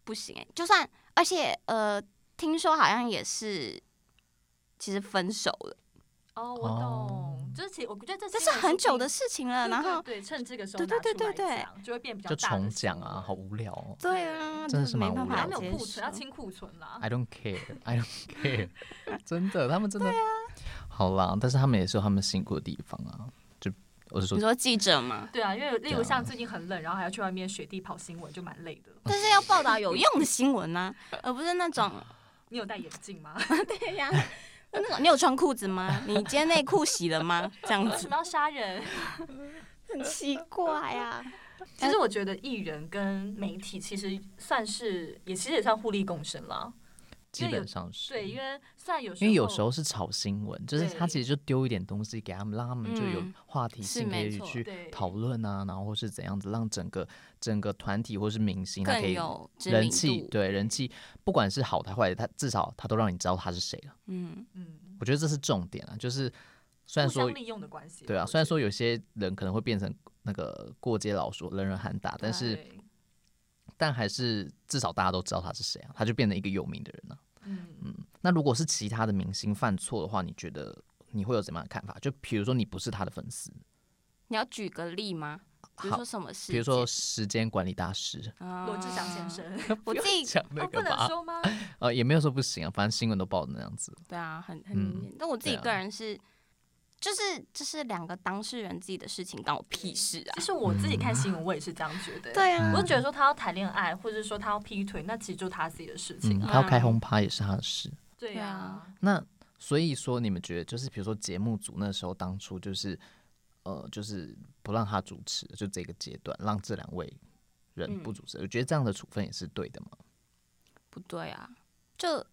Speaker 3: 不行、诶就算而且呃，听说好像也是其实分手了，
Speaker 1: 哦，我
Speaker 2: 哦
Speaker 1: 懂，就是其实我觉得这
Speaker 3: 这
Speaker 1: 新
Speaker 3: 是
Speaker 1: 闻
Speaker 3: 很
Speaker 1: 出
Speaker 3: 久
Speaker 1: 第
Speaker 3: 的
Speaker 1: 一
Speaker 3: 事情了，
Speaker 1: 对
Speaker 3: 然
Speaker 1: 对
Speaker 3: 后
Speaker 1: 对，趁这个时候
Speaker 3: 对对
Speaker 1: 拿出
Speaker 3: 对
Speaker 1: 来
Speaker 3: 对对
Speaker 1: 讲就会变比较
Speaker 2: 就
Speaker 1: 大的
Speaker 2: 重
Speaker 1: 新
Speaker 2: 讲啊，
Speaker 1: 闻
Speaker 2: 好无聊哦。
Speaker 3: 对啊，
Speaker 2: 真的是
Speaker 3: 没
Speaker 2: 蛮
Speaker 3: 办
Speaker 2: 无
Speaker 3: 法
Speaker 2: 聊
Speaker 1: 还
Speaker 2: 的
Speaker 1: 没有
Speaker 3: 接
Speaker 1: 库存，要
Speaker 3: 受
Speaker 1: 清库存啦。
Speaker 2: I don't care, I don't care，真 的，他们真的、好啦，但是他们也是有他们辛苦的地方啊。就我是说
Speaker 3: 你，说记者吗？
Speaker 1: 对啊，因为例如
Speaker 2: 对啊
Speaker 1: 像最近很冷，然后还要去外面雪地跑新闻，就蛮累 的。
Speaker 3: 但是要报道有用的新 闻呐、而不是那种
Speaker 1: 你有戴眼镜吗？
Speaker 3: 对呀、那种你有穿裤 子吗？你今天内裤洗了吗？这样
Speaker 1: 为
Speaker 3: 子
Speaker 1: 什么要杀人？
Speaker 3: 很奇怪啊。
Speaker 1: 其
Speaker 2: 哎
Speaker 1: 实我觉得艺人跟媒体其实算是也其实也算互利共生啦。
Speaker 2: 基
Speaker 1: 因为有
Speaker 2: 本上是
Speaker 1: 对，因为虽然有时
Speaker 2: 因
Speaker 1: 候
Speaker 2: 为有时候是炒新闻，就是他
Speaker 1: 对
Speaker 2: 其实就丢一点东西给他们，让他们就有
Speaker 3: 嗯
Speaker 2: 话题
Speaker 3: 是
Speaker 2: 性可
Speaker 3: 没
Speaker 2: 以
Speaker 3: 错
Speaker 2: 去
Speaker 1: 对
Speaker 2: 讨论啊，然后或是怎样子，让整个整个团体或是明星他可
Speaker 3: 更
Speaker 2: 以
Speaker 3: 有知
Speaker 2: 人
Speaker 3: 名
Speaker 2: 气，
Speaker 3: 度。
Speaker 2: 对人气，不管是好的坏的，他至少他都让你知道他是谁了。
Speaker 3: 嗯，
Speaker 1: 嗯，
Speaker 2: 我觉得这是重点啊，就是虽然
Speaker 1: 互
Speaker 2: 说
Speaker 1: 相利用的关系。
Speaker 2: 对啊，
Speaker 1: 我觉
Speaker 2: 虽然
Speaker 1: 得
Speaker 2: 说有些人可能会变成那个过街老鼠，人人喊打，但是
Speaker 1: 对
Speaker 2: 但还是至少大家都知道他是谁啊，他就变成一个有名的人了、
Speaker 1: 嗯，
Speaker 2: 那如果是其他的明星犯错的话，你觉得你会有怎么样的看法？就比如说你不是他的粉丝，
Speaker 3: 你要举个例吗？比如
Speaker 2: 好
Speaker 3: 说什么事？
Speaker 2: 比如说时间管理大师，
Speaker 3: 啊
Speaker 1: 罗志祥先，生，
Speaker 3: 我自己
Speaker 2: 讲那
Speaker 1: 哦，不
Speaker 2: 个
Speaker 1: 能
Speaker 2: 吧，
Speaker 1: 说 吗？
Speaker 2: 呃，也没有说不行啊，反正新闻都报的那样子。
Speaker 3: 对啊，很
Speaker 2: 嗯
Speaker 3: 很明显。但我自己
Speaker 2: 对啊
Speaker 3: 个人是，就是这是两个当事人自己的事情，关我屁事啊
Speaker 1: 其。实我自己看新闻，我也是这样觉得。。
Speaker 3: 对
Speaker 1: 我
Speaker 3: 啊
Speaker 2: 嗯
Speaker 1: 就，觉得说他要谈恋爱，或者说他要劈腿，那其实就他自己的事
Speaker 2: 嗯，
Speaker 1: 情啊。
Speaker 2: 他要开轰趴也是他的事。
Speaker 1: 对
Speaker 3: 对
Speaker 1: 啊
Speaker 3: 啊，
Speaker 2: 那所以说，你们觉得就是比如说节目组那时候当初就是呃，就是不让他主持，就这个阶段让这两位人
Speaker 1: 嗯
Speaker 2: 不主持，我觉得这样的处分也是对的嘛。
Speaker 3: 不对啊，就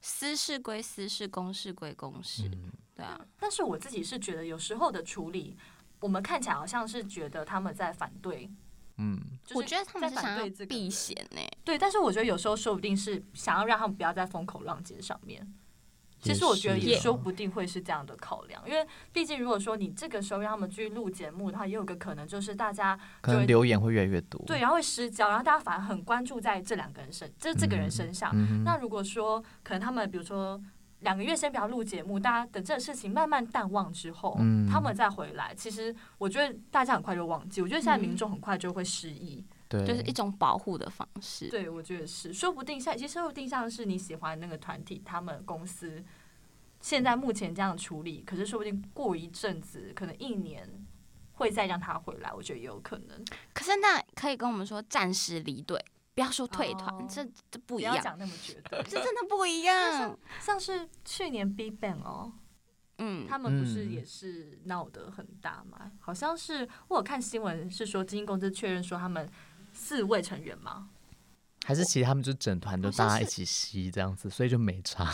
Speaker 3: 私事归私事，公事归公事。
Speaker 2: 嗯
Speaker 3: 对啊，
Speaker 1: 但是我自己是觉得有时候的处理，我们看起来好像是觉得他们在反对，
Speaker 2: 嗯，
Speaker 1: 就是
Speaker 3: 我觉得他们是
Speaker 1: 在反
Speaker 3: 想
Speaker 1: 对
Speaker 3: 要
Speaker 1: 这个
Speaker 3: 避
Speaker 1: 人
Speaker 3: 嫌欸呢、
Speaker 1: 对。但是我觉得有时候说不定是想要让他们不要在风口浪尖上面。其实我觉得
Speaker 2: 是
Speaker 1: 也
Speaker 2: 啊
Speaker 1: 说不定会是这样的考量，因为毕竟如果说你这个时候让他们去录节目的话，也有个可能就是大家
Speaker 2: 可能留言会越来越多。
Speaker 1: 对，然后啊会失焦，然后大家反而很关注在这两个人身，就是这个人身上。
Speaker 2: 嗯
Speaker 1: 那
Speaker 2: 哼，
Speaker 1: 如果说可能他们比如说两个月先不要录节目，大家等这个事情慢慢淡忘之后，
Speaker 2: 嗯
Speaker 1: 他们再回来，其实我觉得大家很快就忘记。我觉得现在民
Speaker 3: 嗯
Speaker 1: 众很快就会失忆，
Speaker 2: 对，
Speaker 3: 就是一种保护的方式。
Speaker 1: 对我觉得是，说不定像其实说不定像是你喜欢的那个团体，他们公司现在目前这样处理，可是说不定过一阵子，可能一年。会再让他回来，我觉得也有可能。
Speaker 3: 可是那可以跟我们说暂时离队，不要说退团，
Speaker 1: 哦
Speaker 3: 这这不
Speaker 1: 不
Speaker 3: 一
Speaker 1: 要
Speaker 3: 样，嗯
Speaker 1: 讲那么绝
Speaker 3: ，
Speaker 1: 对
Speaker 3: 这真的不一样。
Speaker 1: 像是去年 Big Bang 哦，
Speaker 3: 嗯，
Speaker 1: 他们不是
Speaker 2: 嗯
Speaker 1: 也是闹得很大嘛？好像是我有看新闻是说，经纪公司确认说他们四位成员嘛，
Speaker 2: 还是其实他们就整团都大
Speaker 3: 好
Speaker 2: 家
Speaker 3: 像是
Speaker 2: 一起吸这样子，所以就没差。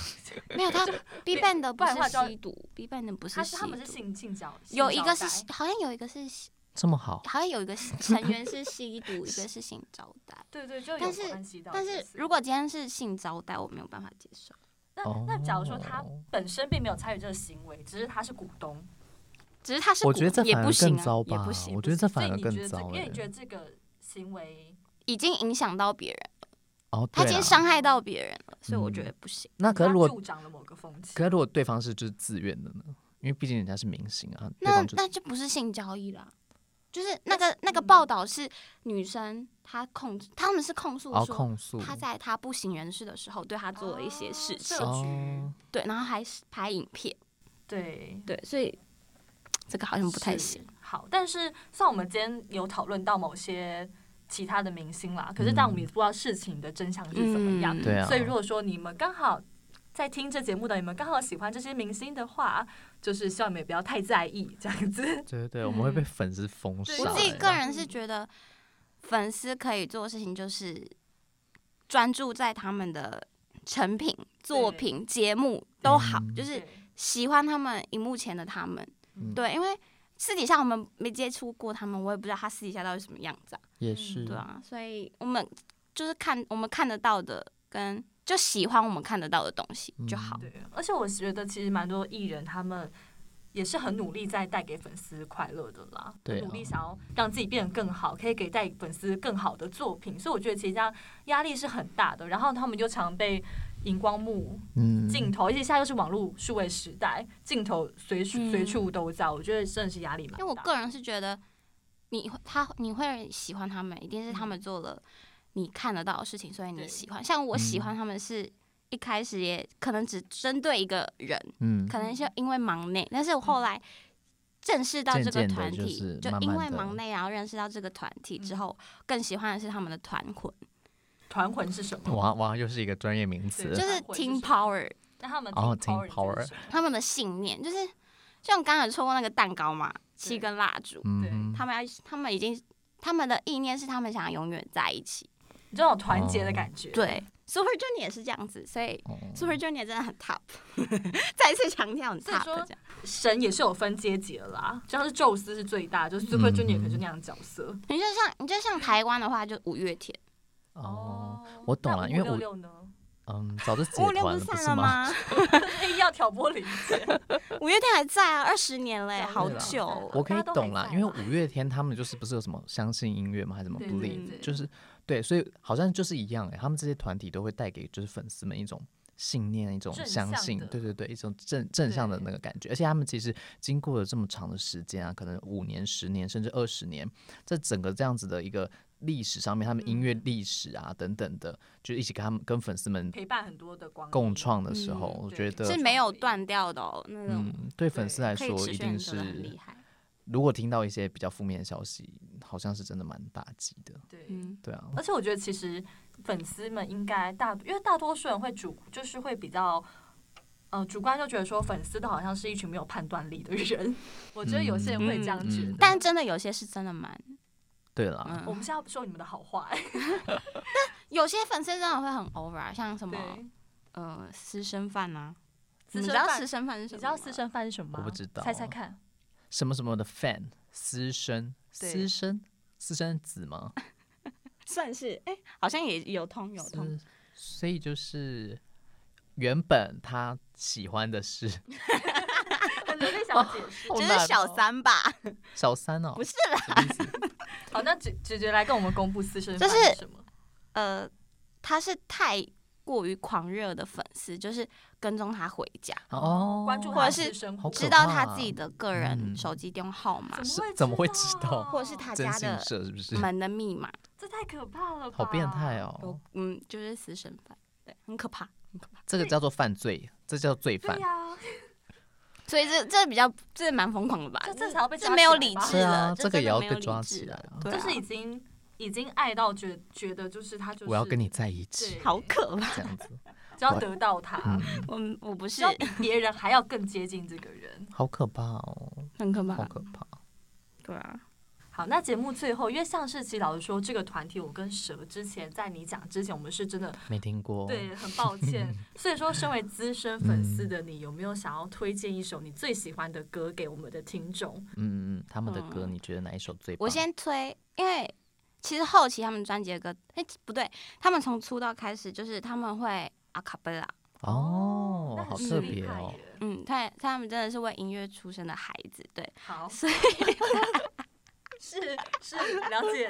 Speaker 3: 没有他 B ban 的不
Speaker 1: 不然的话
Speaker 3: 是
Speaker 1: 就要
Speaker 3: 吸毒，B ban 的不
Speaker 1: 他
Speaker 3: 吸
Speaker 1: 是他们是
Speaker 3: 毒。
Speaker 1: 性性交，
Speaker 3: 有一个是
Speaker 1: 性招待
Speaker 3: 好像有一个是吸
Speaker 2: 这么好，
Speaker 3: 好像有一个是成员是吸毒，一个是性招 待。
Speaker 1: 对对，就有
Speaker 3: 但是
Speaker 1: 关系到这
Speaker 3: 但
Speaker 1: 次。
Speaker 3: 是如果今天是性招待，我没有办法接受。
Speaker 1: 那
Speaker 2: 哦
Speaker 1: 那假如说他本身并没有参与这个行为，只是他是股东，
Speaker 3: 只是他是
Speaker 2: 我
Speaker 3: 股
Speaker 2: 觉得这
Speaker 3: 也
Speaker 2: 反而
Speaker 3: 不行
Speaker 2: 更
Speaker 3: 啊
Speaker 2: 糟，
Speaker 3: 也
Speaker 2: 吧
Speaker 3: 不行，
Speaker 2: 我觉得这
Speaker 1: 所
Speaker 2: 反
Speaker 1: 以
Speaker 2: 而
Speaker 1: 你觉
Speaker 2: 更
Speaker 1: 得这，
Speaker 2: 糟
Speaker 1: 因为你觉
Speaker 2: 欸。
Speaker 1: 得这个行为，
Speaker 3: 已经影响到别人，
Speaker 2: 哦，
Speaker 3: 他
Speaker 2: 对
Speaker 3: 今天
Speaker 2: 啦
Speaker 3: 伤害到别人了，所以我觉
Speaker 2: 嗯
Speaker 3: 得不行。
Speaker 2: 那可
Speaker 1: 他
Speaker 2: 是如果
Speaker 1: 助长了某个风气
Speaker 2: 可，是如果对方是就是自愿的呢？因为毕竟人家是明星啊，对
Speaker 3: 那
Speaker 2: 方就
Speaker 3: 那就不是性交易啦，就是那
Speaker 1: 但
Speaker 3: 个
Speaker 1: 是
Speaker 3: 那个
Speaker 1: 嗯
Speaker 3: 报道是女生她控，他们是控诉
Speaker 2: 要
Speaker 3: 说
Speaker 2: 哦控诉
Speaker 3: 她在她不省人事的时候对她做了一些事情，
Speaker 1: 哦
Speaker 2: 哦，
Speaker 3: 对，然后还是拍影片，
Speaker 1: 对，
Speaker 3: 对，所以这个好像不太
Speaker 1: 是
Speaker 3: 行。。
Speaker 1: 好，但是像我们今天有讨论到某些其他的明星啦，可是但
Speaker 2: 嗯
Speaker 1: 我们也不知道事情的真相是怎么样。
Speaker 3: 嗯
Speaker 2: 对啊，
Speaker 1: 所以如果说你们刚好在听这节目的，你们刚好喜欢这些明星的话，就是希望你们不要太在意这样子。
Speaker 2: 对对对，我们会被粉丝封杀
Speaker 1: 对
Speaker 2: 欸。
Speaker 3: 嗯我
Speaker 1: 是
Speaker 3: 自己
Speaker 1: 啊
Speaker 3: 个人是觉得，粉丝可以做的事情就是专注在他们的成品、作
Speaker 1: 对
Speaker 3: 品、节目都好，
Speaker 2: 嗯
Speaker 3: 就是
Speaker 1: 对
Speaker 3: 喜欢他们荧幕前的他们，
Speaker 2: 嗯
Speaker 3: 对，因为私底下我们没接触过他们，我也不知道他私底下到底什么样子啊，
Speaker 2: 也
Speaker 1: 嗯
Speaker 2: 是
Speaker 3: 对啊，所以我们就是看我们看得到的跟就喜欢我们看得到的东西就好，
Speaker 1: 对，而且我觉得其实蛮多艺人他们。也是很努力在带给粉丝快乐的啦，很
Speaker 2: 对啊
Speaker 1: 努力想要让自己变得更好，可以给带给粉丝更好的作品，所以我觉得其实这样压力是很大的。然后他们就常被荧光幕
Speaker 2: 嗯，
Speaker 1: 镜头，而且现在又是网络数位时代，镜头随处
Speaker 3: 嗯
Speaker 1: 随处都在，我觉得真的是压力蛮
Speaker 3: 因为我
Speaker 1: 大。
Speaker 3: 个人是觉得你会他你会喜欢他们，一定是他们做了你看得到的事情，所以你
Speaker 1: 对
Speaker 3: 喜欢。像我喜
Speaker 2: 嗯
Speaker 3: 欢他们是一开始也可能只针对一个人，
Speaker 2: 嗯，
Speaker 3: 可能就因为忙内，但是我后来正式到这个
Speaker 2: 渐渐地
Speaker 3: 团体，
Speaker 2: 就是
Speaker 3: 就
Speaker 2: 慢
Speaker 3: 因
Speaker 2: 慢
Speaker 3: 为
Speaker 2: 地嗯
Speaker 3: 忙内，然后认识到这个团体之后，更喜欢的是他们的团魂，
Speaker 1: 团魂是什么？
Speaker 2: 哇哇，又是一个专业名
Speaker 1: 对
Speaker 2: 词
Speaker 3: 就。是
Speaker 1: 团魂是
Speaker 3: team
Speaker 1: 什么
Speaker 3: power，
Speaker 1: 那他们
Speaker 2: 哦
Speaker 1: team
Speaker 2: ，team
Speaker 1: power 你
Speaker 2: power
Speaker 1: 觉得是什么
Speaker 3: 他们的信念就是，像刚才有说过那个蛋糕嘛，七根蜡烛，
Speaker 2: 嗯，
Speaker 3: 他们要他们已经他们的意念是他们想要永远在一起，
Speaker 1: 你知道有团结的感觉。，
Speaker 3: 对，Super Junior 也是这样子，所以
Speaker 2: 哦
Speaker 3: Super Junior 真的很 top，再一次强调很
Speaker 1: 所以
Speaker 3: top
Speaker 1: 说
Speaker 3: 这样。
Speaker 1: 神也是有分阶级的啦，就像是宙斯是最大，就是 Super
Speaker 2: 嗯
Speaker 1: Junior 可能就那样的角色。
Speaker 3: 你就像你就像台湾的话，就五月天，
Speaker 2: 哦，，我懂了因为
Speaker 1: 五
Speaker 2: 我
Speaker 1: 六呢，
Speaker 2: 嗯，早就解
Speaker 3: 五五六
Speaker 2: 团
Speaker 3: 是
Speaker 2: 不
Speaker 3: 散
Speaker 2: 是
Speaker 3: 了
Speaker 2: 吗？
Speaker 3: 吗？
Speaker 1: 硬要挑拨离间。
Speaker 3: 五月天还在啊，二十年嘞，
Speaker 1: 对
Speaker 3: 好
Speaker 2: 对啦啊
Speaker 3: 久哦。
Speaker 2: 我可以
Speaker 1: 大家都还
Speaker 2: 懂啦，
Speaker 1: 在
Speaker 2: 因为
Speaker 1: 吧
Speaker 2: 五月天他们就是不是有什么相信音乐吗？还是什么
Speaker 1: 对
Speaker 2: b l
Speaker 1: 对
Speaker 2: i e v
Speaker 1: 对
Speaker 2: e 就是对，所以好像就是一样哎、他们这些团体都会带给就是粉丝们一种信念，一种
Speaker 1: 正
Speaker 2: 相
Speaker 1: 向
Speaker 2: 信
Speaker 1: 的，
Speaker 2: 对对对，一种正正向的
Speaker 1: 对
Speaker 2: 那个感觉。而且他们其实经过了这么长的时间啊，可能五年、十年甚至二十年，在整个这样子的一个历史上面，他们音乐历史啊、等等的，就一起跟他们跟粉丝们
Speaker 1: 陪伴很多的光阴
Speaker 2: 共，创的时
Speaker 3: 嗯
Speaker 2: 候，我觉
Speaker 1: 对
Speaker 2: 得
Speaker 3: 是没有断掉的哦，那种
Speaker 2: 啊嗯，对粉丝
Speaker 1: 对
Speaker 2: 来
Speaker 3: 可以
Speaker 2: 说
Speaker 3: 持
Speaker 2: 一
Speaker 3: 续
Speaker 2: 定
Speaker 3: 很久
Speaker 2: 是
Speaker 3: 的很厉害。
Speaker 2: 如果听到一些比较负面的消息，好像是真的蛮打击的。
Speaker 1: 对，
Speaker 3: 嗯，
Speaker 2: 对啊，
Speaker 1: 而且我觉得其实粉丝们应该大，因为大多数人会主就是会比较。呃，主观就觉得说粉丝都好像是一群没有判断力的人， 我觉得有些人会这样觉得。
Speaker 2: 嗯嗯嗯
Speaker 3: 但真的有些是真的
Speaker 2: 啊
Speaker 3: 蛮，
Speaker 2: 对啦，
Speaker 1: 我
Speaker 3: 嗯，
Speaker 1: 们是要说你们的好话、哎
Speaker 3: 有些粉丝真的会很 over，啊像什么
Speaker 1: 对，
Speaker 3: 呃私生饭啊，你
Speaker 1: 私
Speaker 3: 们知
Speaker 1: 生
Speaker 3: 道
Speaker 1: 饭
Speaker 3: 私，生饭是什
Speaker 1: 你
Speaker 3: 么吗？
Speaker 1: 知道私生饭是什么吗？
Speaker 2: 我不知道
Speaker 1: 猜猜 看。
Speaker 2: 什么什么的 fan 私生
Speaker 1: 对啊
Speaker 2: 私生私生子吗？
Speaker 3: 算是哎，好像也有通有通
Speaker 2: 私，所以就是原本他喜欢的是
Speaker 1: 很努力想解释。
Speaker 2: 好
Speaker 3: 就
Speaker 2: 难
Speaker 3: 是小
Speaker 2: 哦
Speaker 3: 三吧，
Speaker 2: 小三哦，
Speaker 3: 不是
Speaker 2: 什么意 思
Speaker 1: 好，那姐姐姐来跟我们公布私生饭
Speaker 3: 就是
Speaker 1: 什么？
Speaker 3: 呃，他是太过于狂热的粉丝，就是跟踪他回家，
Speaker 2: 哦，
Speaker 1: 关注
Speaker 3: 或
Speaker 1: 他
Speaker 3: 者
Speaker 1: 的
Speaker 3: 是
Speaker 1: 私生
Speaker 2: 好
Speaker 1: 活，
Speaker 2: 可
Speaker 3: 知
Speaker 2: 怕
Speaker 3: 道他
Speaker 2: 啊
Speaker 3: 自己的个人
Speaker 2: 嗯
Speaker 3: 手机电话号码，
Speaker 2: 是
Speaker 1: 怎
Speaker 2: 怎
Speaker 1: 么
Speaker 2: 么
Speaker 1: 会
Speaker 2: 会
Speaker 1: 知
Speaker 2: 知
Speaker 1: 道
Speaker 2: 道？
Speaker 3: 或者是他
Speaker 2: 征
Speaker 3: 家
Speaker 2: 信
Speaker 3: 的
Speaker 2: 社是不是？
Speaker 3: 门的密码，
Speaker 1: 这太可怕了吧？
Speaker 2: 好变态！
Speaker 3: 有
Speaker 2: 哦，
Speaker 3: 嗯，就是私生饭，对，很可怕，很可怕。
Speaker 2: 这个叫做犯罪，这叫罪
Speaker 1: 对
Speaker 2: 犯。
Speaker 1: 呀、
Speaker 3: 所 以这这比较这蛮疯狂的吧？
Speaker 1: 这这才要被抓
Speaker 3: 这没有
Speaker 1: 起来
Speaker 3: 理
Speaker 1: 吧
Speaker 3: 智
Speaker 2: 对啊
Speaker 3: 了，
Speaker 2: 这个
Speaker 3: 真
Speaker 2: 也
Speaker 3: 的
Speaker 2: 要
Speaker 3: 没有
Speaker 2: 被抓
Speaker 3: 理
Speaker 2: 起
Speaker 3: 智
Speaker 2: 来
Speaker 3: 了
Speaker 2: 啊，
Speaker 3: 对
Speaker 1: 就
Speaker 3: 啊
Speaker 1: 是已经已经爱到觉觉得就是他就是
Speaker 2: 我要跟你在一
Speaker 1: 对
Speaker 2: 起，
Speaker 3: 好可怕。
Speaker 2: 这样子，
Speaker 1: 只要得到他
Speaker 2: 嗯，，
Speaker 3: 我我不
Speaker 1: 只
Speaker 3: 是
Speaker 1: 要比别人还要更接近这个人。
Speaker 2: 好可怕哦，
Speaker 3: 很可
Speaker 2: 好
Speaker 3: 怕，
Speaker 2: 可怕。
Speaker 3: 对啊，
Speaker 1: 好，那节目最后，因为像是其实老实说，这个团体我跟蛇之前在你讲之前，我们是真的
Speaker 2: 没听过。
Speaker 1: 对很抱 歉。所以说，身为资深粉
Speaker 2: 嗯
Speaker 1: 丝的你，有没有想要推荐一首你最喜欢的歌给我们的听众？
Speaker 2: 嗯，嗯嗯，他们的歌
Speaker 3: 嗯
Speaker 2: 你觉得哪一首最棒？
Speaker 3: 我先推，因为其实后期他们专辑的歌，哎、不对，他们从出道开始就是他们会阿卡贝拉，
Speaker 2: 哦
Speaker 1: 那，很
Speaker 2: 好
Speaker 1: 实
Speaker 2: 特
Speaker 1: 力
Speaker 2: 别
Speaker 1: 派
Speaker 2: 哦
Speaker 1: 耶。。
Speaker 3: 嗯，他他们真的是为音乐出身的孩子，对，
Speaker 1: 好，
Speaker 3: 所以
Speaker 1: 是是了解。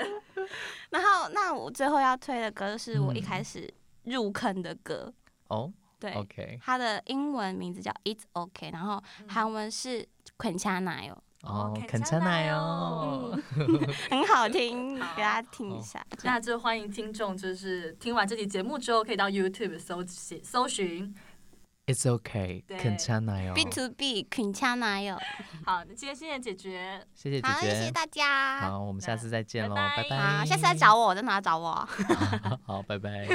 Speaker 3: 然后，那我最后要推的歌是我一
Speaker 2: 嗯
Speaker 3: 开始入坑的歌，
Speaker 2: 哦
Speaker 3: 对，
Speaker 2: ，OK，
Speaker 3: 它的英文名字叫 It's OK，然后韩文是捆掐奶油，
Speaker 2: 哦，
Speaker 1: 肯
Speaker 2: 肯
Speaker 1: 加
Speaker 2: 加
Speaker 1: 奶
Speaker 2: 奶
Speaker 1: 哦
Speaker 3: 嗯
Speaker 2: 哦，
Speaker 3: 很好听，给大家听一下。
Speaker 1: 那就欢迎听众，就是听完这期节目之后，可以到 YouTube 搜寻搜寻
Speaker 2: It's okay，
Speaker 1: 对
Speaker 2: 肯加奶哦。
Speaker 3: B to B 捆掐奶油，
Speaker 1: 好，那今天谢谢解决，
Speaker 2: 谢哎谢姐
Speaker 3: 好，谢谢
Speaker 2: 姐。
Speaker 3: 大家。
Speaker 2: 好，我们下次再见喽，
Speaker 1: 拜
Speaker 2: 拜
Speaker 1: 拜
Speaker 2: 拜。
Speaker 3: 好，下次来找我，在哪找我？
Speaker 2: 好。 好，拜拜。